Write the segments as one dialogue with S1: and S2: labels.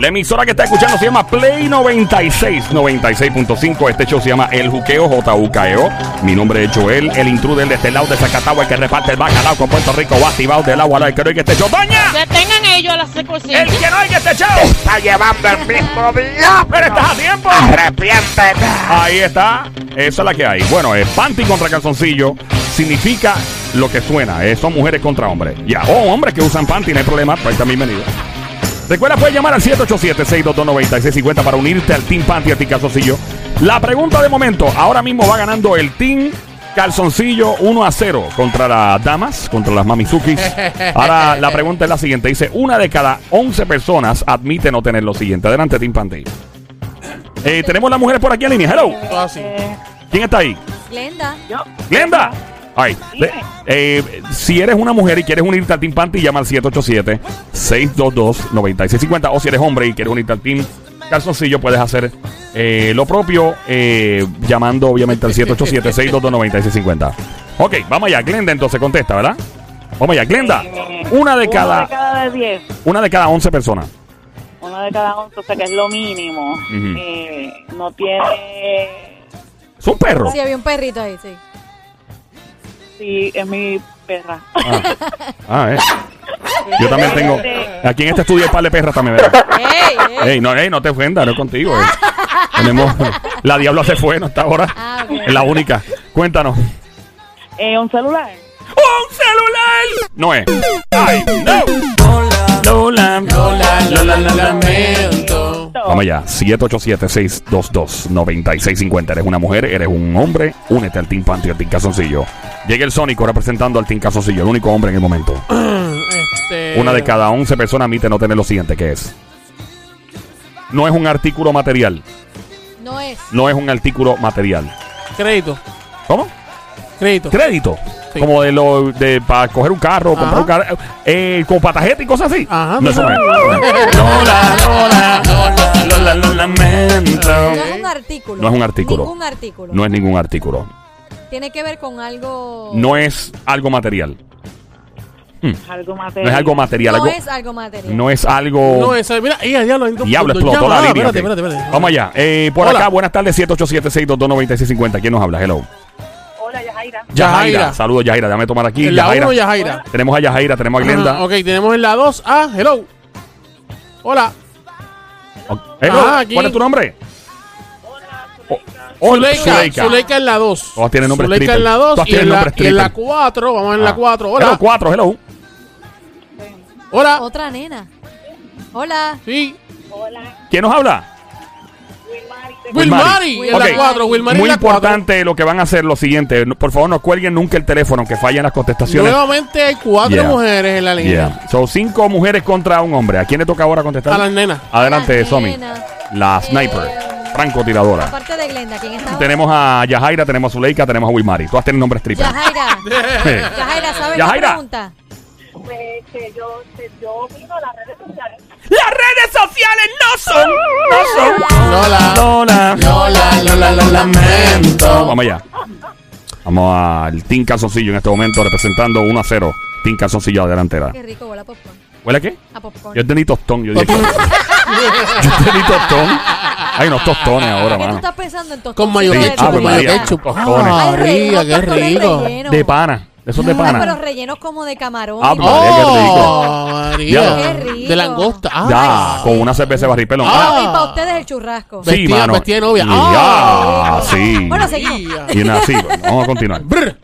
S1: La emisora que está escuchando se llama Play 96, 96.5. Este show se llama El Juqueo, J-U-K-E-O. E Mi nombre es Joel, el intruder de este lado de Zacatau, el que reparte el bacalao con Puerto Rico, Batibao del agua, el que no hay que este show. ¡Doña!
S2: Detengan ellos a las circunstancias.
S1: ¡El que no hay que este show!
S3: Está llevando el mismo
S1: ¡Pero
S3: bloque.
S1: estás a tiempo!
S3: Arrepiéntete.
S1: Ahí está, esa es la que hay. Bueno, es panty contra calzoncillo significa lo que suena. eh, son mujeres contra hombres. Ya, o hombres que usan panty, no hay problema, pues están bienvenidos. Recuerda, puedes llamar al 787-622-9650 para unirte al Team Panty, a ti calzoncillo. La pregunta de momento, ahora mismo va ganando el Team Calzoncillo 1 a 0 contra las damas, contra las mamizukis. Ahora la pregunta es la siguiente, dice, una de cada 11 personas admite no tener lo siguiente. Adelante, Team Panty. Eh, tenemos las mujeres por aquí en línea. Hello. ¿Quién está ahí?
S4: Glenda.
S1: Glenda. Ay, le- eh, si eres una mujer y quieres unirte al Team Panty, llama al 787-622-9650. O si eres hombre y quieres unirte al Team Calzoncillo, puedes hacer eh, lo propio eh, llamando obviamente al 787-622-9650. Ok, vamos allá. Glenda entonces contesta, ¿verdad? Vamos allá. Glenda, una de
S5: Una de
S1: cada,
S5: cada 10,
S1: una de cada 11 personas.
S5: una de cada 11, o sea que es lo mínimo. Eh, no tiene.
S1: Es un perro.
S4: Sí, había un perrito ahí, sí.
S5: Sí, es mi perra.
S1: Ah, ah, eh. Yo también tengo. Aquí en este estudio hay par de perras también, ¿verdad?
S4: ¡Ey, ey!
S1: Ey, no, ey, no te ofendas, no es contigo. eh. Tenemos. La diabla se fue, no está ahora.
S4: Ah, bueno.
S1: Es la única. Cuéntanos. ¡Un
S5: Eh, un celular.
S1: celular! No es. ¡Ay, no! Lola, Lola, Lola,
S6: lamento.
S1: Vamos allá, 787-622-9650. Eres una mujer, eres un hombre. Únete al Team Panty, al Team Casoncillo. Llega el Sónico representando al Team Casoncillo, el único hombre en el momento.
S6: Este,
S1: Una de cada 11 personas admite no tener lo siguiente, que es. No es un artículo material.
S4: No es.
S1: No es un artículo material.
S6: Crédito,
S1: ¿Cómo?
S6: crédito.
S1: Crédito.
S6: Sí.
S1: Como de lo de para coger un carro, comprar
S6: Ajá.
S1: un carro, eh, con patajeta y cosas así.
S6: Ajá.
S1: No, eso no es. Lola, Lola, Lola, Lola, lo lamento.
S4: No es un artículo.
S1: No es un artículo.
S4: Ningún artículo.
S1: No es ningún artículo.
S4: Tiene que ver con algo.
S1: No es algo material.
S5: Es algo
S1: No es
S5: material.
S1: algo material.
S4: No
S1: algo-
S4: es algo material.
S1: no es algo.
S6: Eh, No, esa, mira, ella ya lo entró.
S1: Oh. Diablo,
S6: punto.
S1: explotó
S6: Ya va,
S1: la línea.
S6: Espérate,
S1: ok.
S6: espérate, espérate.
S1: Vamos allá. Eh, por
S6: Hola.
S1: acá, buenas tardes, 787-622-9650. ¿Quién nos habla? Hello.
S5: Hola, Yajaira.
S6: Yajaira.
S1: Saludos, Yajaira. Déjame tomar aquí.
S6: En la
S1: Yajaira.
S6: 1, Yajaira.
S1: Tenemos a Yajaira, tenemos a Glenda.
S6: Ajá, Ok, tenemos en la 2 Ah, hello. Hola.
S1: Ok. Hello,
S6: Ah, aquí.
S1: Eh, ¿Cuál es tu nombre? Oh,
S6: Zuleika. Zuleika en la 2.
S1: Todas tienen nombre
S6: Zuleika
S1: stripper.
S6: en la 2
S1: Todas
S6: y, en
S1: tienen
S6: la-
S1: nombre
S6: y en la
S1: stripper.
S6: 4. Vamos en
S1: Ah.
S6: la 4.
S1: Hello,
S6: Hola.
S1: 4, hello.
S6: Hola.
S4: Otra nena. Hola.
S6: Sí.
S1: ¿Quién nos habla?
S6: Wilmari. En
S1: Ok.
S6: la 4. Wilmari en
S1: Muy
S6: la 4.
S1: importante lo que van a hacer, lo siguiente. No- Por favor, no cuelguen nunca el teléfono, que fallan las contestaciones.
S6: Nuevamente hay 4
S1: Yeah.
S6: mujeres en la línea.
S1: Yeah. Son cinco mujeres contra un hombre. ¿A quién le toca ahora contestar?
S6: A las nenas.
S1: Adelante,
S4: Las
S1: Somi.
S4: nenas.
S1: La
S4: Eh,
S1: sniper, francotiradora.
S4: Aparte de Glenda, ¿quién está? ahora?
S1: Tenemos a Yajaira, tenemos a Zuleika, tenemos a Wilmari. Todas tienen nombre stripper.
S4: Yajaira. Yajaira, ¿sabes la
S1: Yajaira.
S4: pregunta?
S5: yo, yo miro las redes sociales.
S1: Las redes sociales no son, no son.
S6: Lola.
S1: Lola,
S6: Lola, Lola, lo lamento.
S1: Vamos allá. Vamos al Team Calzoncillo en este momento, representando 1 a 0. Team Calzoncillo a la delantera.
S4: Qué rico, huele a popcorn.
S1: ¿Huele a qué?
S4: A popcorn.
S1: Yo entendí tostón. Yo dije, yo entendí tostón. Hay unos tostones ahora,
S4: ¿Qué tú
S1: mano.
S4: estás pensando en tostones?
S6: Con mayo
S1: Ah. Sí, Ah,
S6: ketchup,
S1: pues, Ave
S6: con mayo
S1: María.
S6: ketchup.
S1: Tostones.
S6: Ah,
S4: Ay, relleno,
S6: rica, qué
S4: tanto de
S6: rico.
S4: relleno.
S1: De pana. Esos de
S4: Ah, pero
S1: pana.
S4: rellenos como de camarón.
S1: Ah,
S4: y
S1: pero- María, qué
S6: Oh,
S1: Ya.
S6: María.
S4: Qué rico.
S6: De langosta. Ah,
S1: Ya, con una cerveza de barril pelón.
S6: Ah.
S4: Y para ustedes el churrasco.
S1: Sí,
S6: Vestida-
S1: mano.
S6: vestida de novia.
S1: Ya,
S6: Ah.
S1: sí.
S4: Bueno, seguimos.
S6: Ya.
S1: Y nada, sí. Vamos a continuar.
S6: Brr.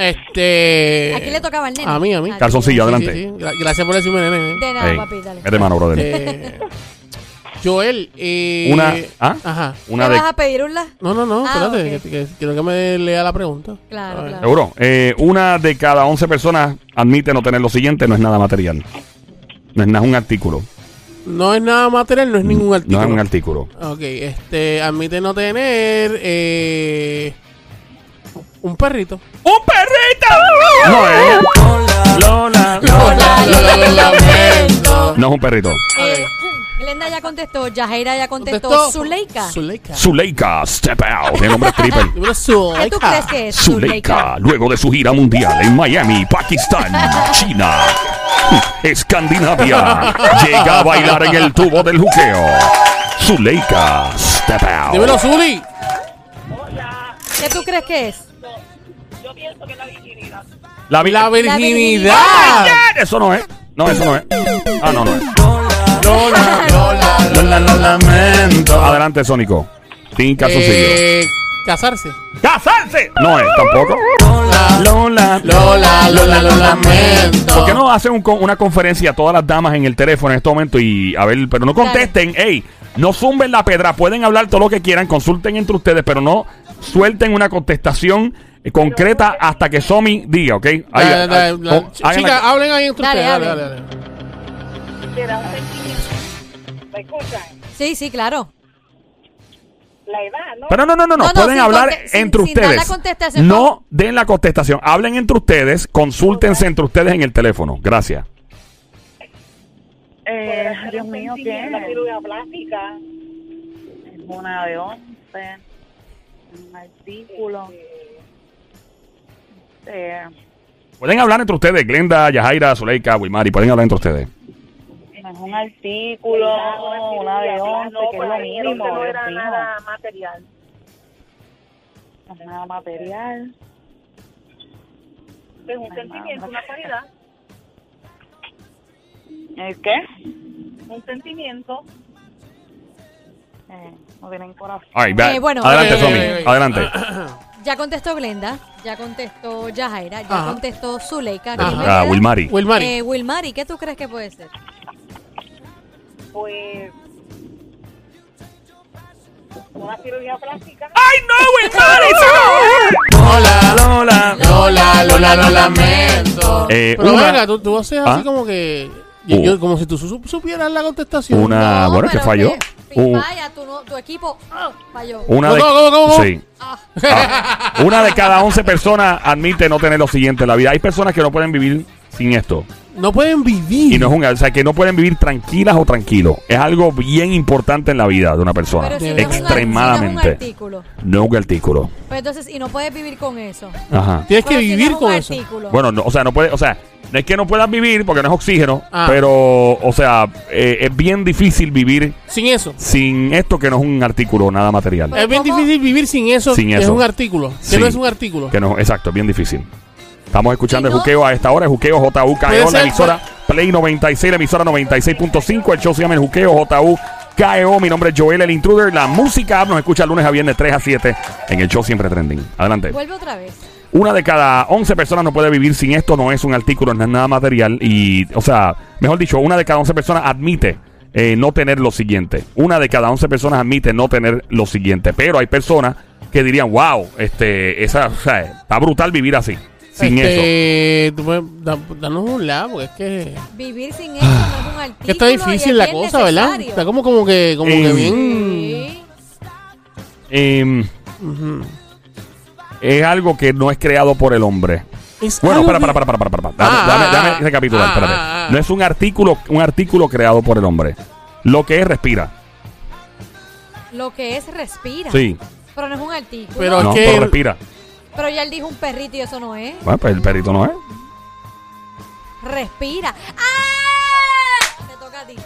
S6: Este.
S4: ¿A quién le tocaba el nene?
S6: A mí, a mí.
S4: Ah,
S1: Calzoncillo, adelante.
S6: Sí, sí. Gra- Gracias por decirme, nene.
S4: De nada,
S1: Ey, este
S4: papi, dale.
S1: mete mano, brother.
S6: Eh, Joel, eh,
S1: Una, ¿ah?
S6: Ajá.
S1: Una
S4: ¿Te
S1: de.
S4: vas a pedir un la?
S6: No, no, no,
S4: Ah,
S6: espérate,
S4: ok.
S6: que, que- quiero que me lea la pregunta.
S4: Claro,
S6: A ver.
S4: claro.
S1: Seguro. Eh, una de cada 11 personas admite no tener lo siguiente, no es nada material. No es nada un artículo.
S6: No es nada material, no es ningún artículo.
S1: No es un artículo.
S6: Ok, este, admite no tener eh, un perrito.
S1: ¡Un perrito! No es.
S6: Lola, Lola, lo lamento.
S1: No es un perrito.
S4: Eh, Glenda ya contestó, Yajaira ya contestó, Zuleika.
S6: Zuleika.
S1: Zuleika, step out. El nombre es triple.
S6: Número
S4: ¿Qué tú crees que es?
S1: Zuleika, luego de su gira mundial en Miami, Pakistán, China, Escandinavia, llega a bailar en el tubo del juqueo. Zuleika, step out.
S6: Dímelo, Zuli.
S4: ¿Qué tú crees que es?
S1: La
S6: La
S1: vila.
S6: virginidad.
S1: Eso no es. No, eso no es. Ah, no, no es.
S6: Lola, Lola, Lola, lo lamento.
S1: Adelante, Sónico. Sin calzoncillo.
S6: Eh, casarse.
S1: ¡Casarse! No es, tampoco. Lola,
S6: Lola, Lola, lo lamento.
S1: ¿Por qué no hacen un con- una conferencia a todas las damas en el teléfono en este momento y a ver, pero no contesten, ey, no zumben la pedra, pueden hablar todo lo que quieran, consulten entre ustedes, pero no suelten una contestación eh, concreta hasta que Somi diga, ¿ok? Ahí,
S6: Dale, dale,
S1: ahí,
S6: dale.
S1: oh,
S6: Ch-
S1: hagan
S6: Chicas,
S1: la-
S6: hablen ahí entre
S4: Dale,
S6: ustedes. Dale,
S4: hablen.
S6: dale, dale.
S5: Te da un sentimiento. ¿Me escuchan?
S4: Sí, sí, claro.
S5: La edad, ¿no?
S1: pero no, no, no, no,
S4: No, no,
S1: pueden
S4: sin
S1: hablar
S4: conte- sin-
S1: entre
S4: sin dar la
S1: ustedes.
S4: contestación.
S1: no den la contestación, hablen entre ustedes, consúltense entre ustedes en el teléfono. Gracias.
S5: Eh, Dios mío, ¿qué es? Una cirugía plástica. Una de once. Un artículo. Eh,
S1: Pueden hablar entre ustedes, Glenda, Yajaira, Zuleika, Wilmari, pueden hablar entre ustedes.
S5: es un artículo, una de once, que es lo mínimo. pues, No era nada material. Nada material. Es un sentimiento, una cualidad. ¿El qué? Un sentimiento. Eh, no tienen corazón.
S1: All right, va-
S4: Eh, bueno,
S1: adelante,
S4: eh, Ah,
S1: Somi,
S6: eh, eh.
S1: adelante.
S4: Ya contestó Glenda, ya contestó Yajaira, ya
S6: Ajá.
S4: contestó Zuleika.
S6: Ajá.
S4: ¿Quién me
S1: Ah,
S4: queda?
S1: Wilmari.
S6: Wilmary.
S4: Eh, Wilmari, ¿qué tú crees que puede ser?
S5: Pues. Una cirugía plástica.
S1: ¡Ay, no, Wilmari!
S6: Lola,
S1: Lola.
S6: Lola, Lola, lo lamento.
S1: Eh,
S6: Pero
S1: una-
S6: venga, tú, tú haces
S1: Ah.
S6: así como que. y
S1: Uh.
S6: yo- como si tú su- supieras la contestación.
S1: Una- Ah, bueno, que
S4: pero
S1: falló. Uh.
S4: que-
S1: Un-
S4: Falla, tu, no- tu equipo ah, falló.
S1: Una
S6: No,
S1: de,
S6: no, no, no, no.
S1: Sí. Ah, una de cada 11 personas admite no tener lo siguiente en la vida. Hay personas que no pueden vivir sin esto.
S6: No pueden vivir.
S1: Y no es un, o sea, que no pueden vivir tranquilas o tranquilos. Es algo bien importante en la vida de una persona.
S4: Pero si no es un ar- si no es un
S1: Extremadamente.
S4: artículo.
S1: No un artículo.
S4: Pero entonces, y no puedes vivir con eso.
S1: Ajá.
S6: Tienes que
S4: Pero si no
S6: vivir
S4: es un
S6: con eso.
S4: artículo.
S1: Bueno, no, o sea, no puede, o sea, no es que no puedas vivir porque no es oxígeno,
S6: Ah.
S1: pero, o sea, eh, es bien difícil vivir
S6: Sin eso.
S1: sin esto que no es un artículo, nada material.
S4: Pero
S6: es bien
S4: ¿cómo?
S6: difícil vivir sin eso.
S1: Sin
S6: que Es
S1: eso.
S6: un artículo. Que
S1: Sí.
S6: no es un artículo.
S1: Que no, exacto, es bien difícil. Estamos escuchando
S4: Y
S1: el
S4: no-
S1: juqueo a esta hora, el juqueo
S6: Puede
S1: JUKEO, E la
S6: ser- pues.
S1: emisora Play 96, la emisora 96.5, el show se llama el juqueo JUKEO, E mi nombre es Joel, el intruder, la música app nos escucha lunes a viernes 3 a 7 en el show siempre trending. Adelante.
S4: Vuelve otra vez.
S1: Una de cada 11 personas no puede vivir sin esto, no es un artículo, no es nada material y, o sea, mejor dicho, una de cada 11 personas admite eh, no tener lo siguiente. Una de cada 11 personas admite no tener lo siguiente, pero hay personas que dirían, wow, este, esa, o sea, está brutal vivir así, sin eso.
S6: este, tú puedes- da- danos un lado, porque es que.
S4: Vivir sin eso no es un artículo.
S6: Ah, Que está difícil la cosa, ¿verdad? Está como, como que, como
S1: Eh,
S6: que bien.
S4: Sí.
S1: Em,
S6: Ujú.
S1: es algo que no es creado por el hombre.
S6: Es
S1: Bueno,
S6: algo
S1: para,
S6: que-
S1: para, para, para, para, para. Dame,
S6: Ah,
S1: dame-
S6: ah,
S1: dame
S6: ah,
S1: recapitular,
S6: ah,
S1: espérate.
S6: ah, ah.
S1: No es un artículo, un artículo creado por el hombre. Lo que es respira.
S4: Lo que es respira.
S1: Mm. Sí.
S4: Pero no es un artículo.
S6: Pero-
S1: No,
S6: que-
S1: pero respira.
S4: Pero ya él dijo un perrito y eso no es.
S1: Bueno, pues el perrito no es.
S4: Respira. ¡Ah! Te toca a ti.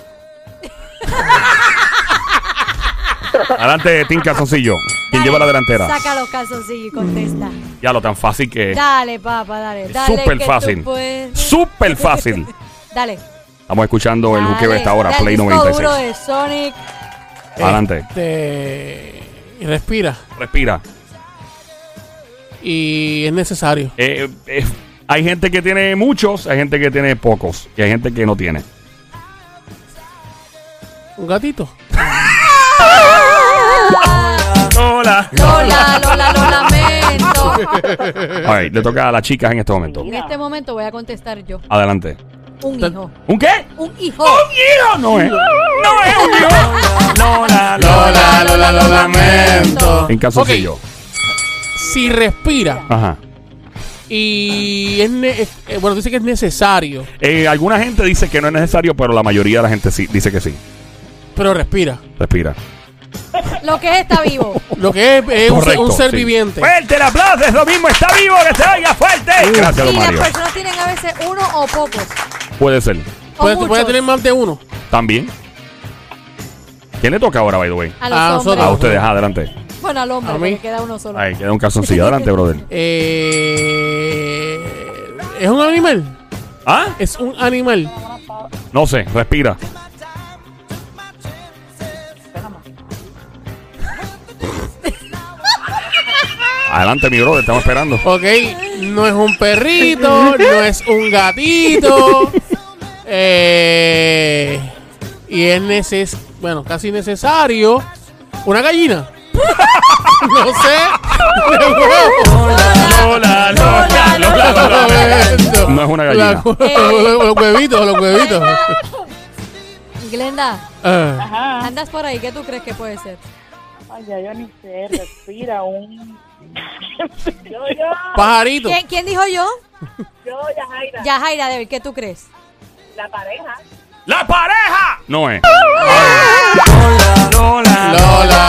S1: Adelante, Tim Calzoncillo. Quien lleva la delantera.
S4: Saca los calzoncillos y contesta.
S1: Ya lo tan fácil que es.
S4: Dale, papá, dale. dale
S1: Súper
S4: que tú
S1: fácil.
S4: puedes.
S1: Súper fácil.
S4: Dale.
S1: Estamos escuchando el
S4: dale,
S1: juqueo de esta hora,
S4: dale,
S1: Play
S4: el disco duro
S1: 96.
S4: de Sonic.
S1: Eh, Adelante.
S6: Este, y respira.
S1: Respira.
S6: Y es necesario.
S1: Eh, eh, hay gente que tiene muchos, hay gente que tiene pocos. Y hay gente que no tiene.
S6: Un gatito.
S4: Ah,
S1: Hola.
S4: Lola, Lola, lo lamento.
S1: Ay, le toca a las chicas en este momento.
S4: En este momento voy a contestar yo.
S1: Adelante.
S4: Un
S6: Ta-
S4: hijo.
S1: ¿Un qué?
S4: Un hijo.
S1: hijo! No es. No es un hijo. Lola,
S6: Lola, Lola, lo lamento.
S1: En Calzoncillo.
S6: Ok. Si respira
S1: Ajá.
S6: y es, ne- es- eh, bueno, dice que es necesario.
S1: Eh, alguna gente dice que no es necesario, pero la mayoría de la gente sí dice que sí.
S6: pero respira.
S1: Respira.
S4: Lo que es está vivo.
S6: Lo que es, es un, ser-
S1: Correcto,
S6: un ser
S1: sí.
S6: viviente.
S1: Fuerte el aplauso, es lo mismo, está vivo, que se oiga fuerte. Gracias,
S4: Y
S1: don
S4: las
S1: Mario.
S4: personas tienen a veces uno o pocos.
S1: Puede ser.
S4: O
S6: Puede,
S4: muchos.
S6: puede tener más de uno.
S1: También. ¿Quién le toca ahora, by the way?
S4: A los
S6: a
S4: hombres.
S6: nosotros.
S1: A ustedes, ah, adelante.
S4: Bueno, al hombre,
S6: A mí.
S4: porque queda uno solo.
S1: Ahí queda un calzoncillo. Adelante, brother.
S6: Eh, es un animal.
S1: ¿Ah?
S6: Es un animal.
S1: No sé, respira. Adelante, mi brother, estamos esperando.
S6: Ok, no es un perrito, no es un gatito. Eh, y es neces bueno, casi necesario. Una gallina. No sé.
S1: Lola, Lola, Lola, No es una gallina.
S6: Los hue- los huevitos, los huevitos.
S4: Glenda,
S6: Ah,
S5: Ajá.
S4: andas por ahí, ¿qué tú crees que puede ser?
S5: Ay, ya yo ni sé. Respira un. yo, yo,
S6: pajarito.
S4: ¿Quién, quién dijo yo?
S5: yo, Yajaira.
S4: Ya, Jaira, de ¿qué tú crees?
S5: La pareja.
S1: ¡La pareja! No es.
S6: Lola,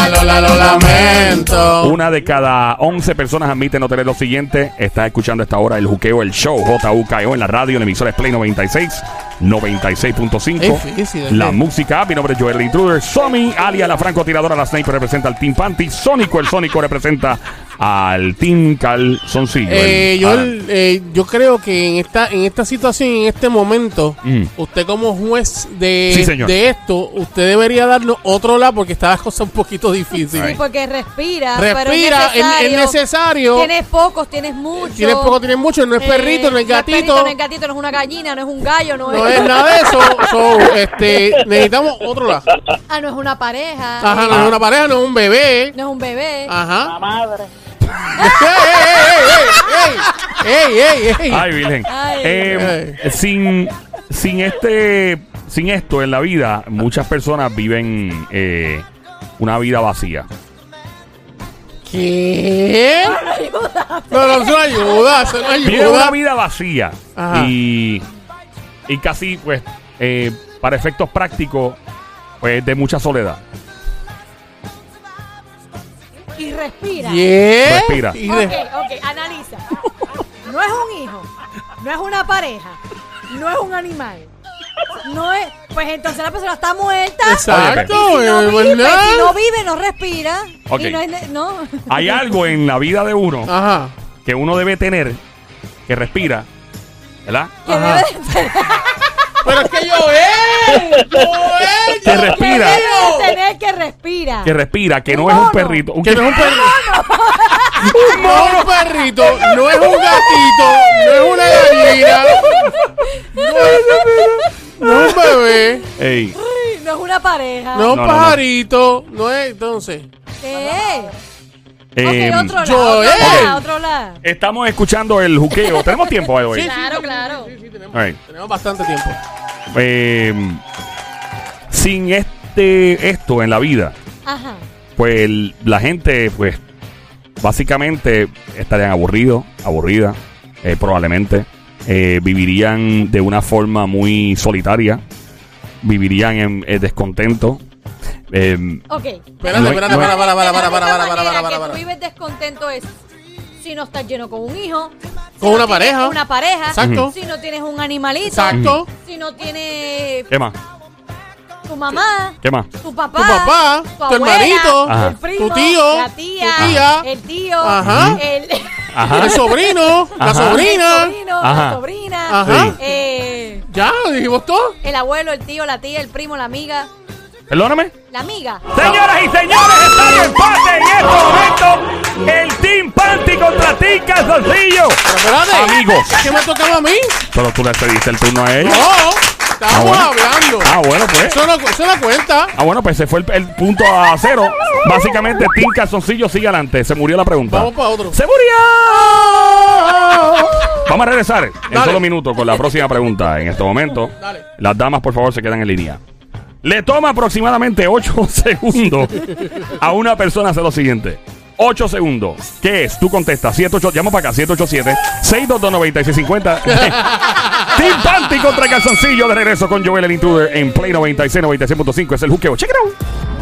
S6: Lola, lo lamento.
S1: Una de cada 11 personas admite no tener lo siguiente. Estás escuchando a esta hora el juqueo, el show JUKEO E en la radio, en emisoras Play 96, 96.5.
S6: Difícil, ¿eh?
S1: La música, mi nombre es Joel Intruder. Somi, alias la francotiradora, la sniper representa al Team Panty. Sónico, el Sónico representa al Team Calzoncillo.
S6: Eh,
S1: El-
S6: yo,
S1: ah,
S6: eh, yo creo que en esta, en esta situación, en este momento,
S1: Mm.
S6: usted como juez de,
S1: Sí, señor.
S6: de esto, usted debería darnos otro lado porque está la cosa un poquito difícil.
S1: Ay.
S4: Porque respira, ah, pero es
S6: Respira, es
S4: necesario.
S6: es necesario. Tienes,
S4: Tienes pocos, tienes muchos.
S6: poco, tienes mucho. No es
S4: Eh,
S6: perrito, no es gatito.
S4: perrito, no es gatito, no es una gallina, no es un gallo, no,
S6: no es nada de eso. So, este, necesitamos otro lado.
S4: Ah, no es una pareja.
S6: Ajá, Ah.
S4: eh,
S1: Ah.
S6: no es una pareja, no es un bebé.
S4: no es un bebé.
S5: La
S6: Ajá.
S5: madre.
S1: Ah.
S6: ¡Ey, ey, ey, ey, ey! ¡Ey, ey, ey!
S1: Ay, Virgen.
S4: Ay.
S1: Eh, sin, sin este, sin esto en la vida, muchas personas viven eh, una vida vacía.
S6: ¿Qué? No, no, es una ayuda, es una
S1: Viven una
S6: ayuda.
S1: vida vacía.
S6: Ajá.
S1: Y, y casi, pues, eh, para efectos prácticos, pues, de mucha soledad.
S4: Y respira.
S6: Yeah.
S1: Respira.
S6: Y
S4: Ok,
S6: de-
S4: ok, analiza. No es un hijo, no es una pareja, no es un animal. No es, pues entonces la persona está muerta.
S6: Exacto,
S4: Y si no,
S6: eh,
S4: vive,
S6: ¿verdad?
S4: si no vive, no respira.
S1: Ok.
S4: Y no es ne- no.
S1: Hay algo en la vida de uno
S6: Ajá.
S1: que uno debe tener, que respira, ¿verdad?
S4: Que
S6: Ajá.
S4: debe de tener-
S6: Pero es que yo ¡eh! ¡Joel! yo-
S1: Que
S4: que debe
S1: respira.
S4: de tener que respira.
S1: Que respira, que no
S4: Un
S1: es un
S4: mono.
S1: perrito. Un-
S6: Que no es un perrito. Un mono perrito, no es un gatito, no es una gallina, no es un bebé,
S1: Ey,
S4: Ay, no es una pareja.
S6: no es un
S1: No, no, no.
S6: pajarito, no es entonces.
S4: ¿Qué?
S1: em,
S4: eh, ok, otro lado,
S6: yo,
S4: otro
S6: eh.
S4: lado, otro lado.
S1: estamos escuchando el juqueo. ¿Tenemos tiempo, by the way?
S6: Sí,
S4: Claro, claro.
S6: Sí, sí, tenemos,
S1: All right.
S6: tenemos bastante tiempo.
S1: Em, sin este esto en la vida,
S4: Ajá.
S1: pues el- la gente, pues, básicamente estarían aburridos, aburridas, eh, probablemente. Eh, vivirían de una forma muy solitaria. Vivirían en, en descontento. Em,
S4: Ok.
S6: Espérate,
S1: No hay-
S6: espérate,
S1: no hay-
S6: para, para, para, para,
S4: La única
S6: para, para, para,
S4: manera
S6: para,
S4: que
S6: para,
S4: tú
S6: para.
S4: vives descontento es si no estás lleno con un hijo, si
S6: Con
S4: no
S6: una
S4: tienes
S6: pareja.
S4: una pareja,
S6: Exacto.
S4: si no tienes un animalito,
S6: Exacto.
S4: si no tienes
S1: ¿Qué más?
S4: tu mamá,
S1: ¿Qué más?
S4: tu papá,
S6: Tu papá,
S4: tu
S6: tu
S4: abuela,
S6: hermanito,
S1: Ajá.
S4: el primo,
S6: tu tío,
S4: la tía,
S6: tu tía.
S4: el tío,
S6: Ajá.
S4: el,
S1: Ajá.
S6: el sobrino, la
S1: Ajá.
S6: sobrina.
S4: el sobrino,
S1: Ajá.
S4: la sobrina,
S6: Ajá.
S1: Sí.
S4: eh,
S6: Ya, dijimos todo.
S4: el abuelo, el tío, la tía, el primo, la amiga,
S1: Perdóname.
S4: la amiga.
S1: Señoras y señores, está el empate en este momento. El Team Panty contra Team Calzoncillo.
S6: Pero espérate.
S1: Amigos.
S6: ¿Qué me tocaba a mí?
S1: Pero tú le cediste el turno a
S6: No,
S1: ella.
S6: estábamos
S1: Ah, bueno.
S6: hablando.
S1: Ah, bueno, pues.
S6: Eso no, cu- eso no cuenta.
S1: Ah, bueno, pues se fue el, el punto a cero. Básicamente, Team Calzoncillo sigue adelante. Se murió la pregunta.
S6: Vamos para otro.
S1: ¡Se murió! Vamos a regresar en
S6: Ah. Dale.
S1: solo minutos con la próxima pregunta. En este momento,
S6: Dale.
S1: las damas, por favor, se quedan en línea. Le toma aproximadamente 8 segundos a una persona hacer lo siguiente: 8 segundos. ¿Qué es? Tú contestas. 78, llama para acá, 787-622-9650. Team Panty contra Calzoncillo. De regreso con Joel el Intruder en Play 96, 96.5. Es el juqueo. Check it out.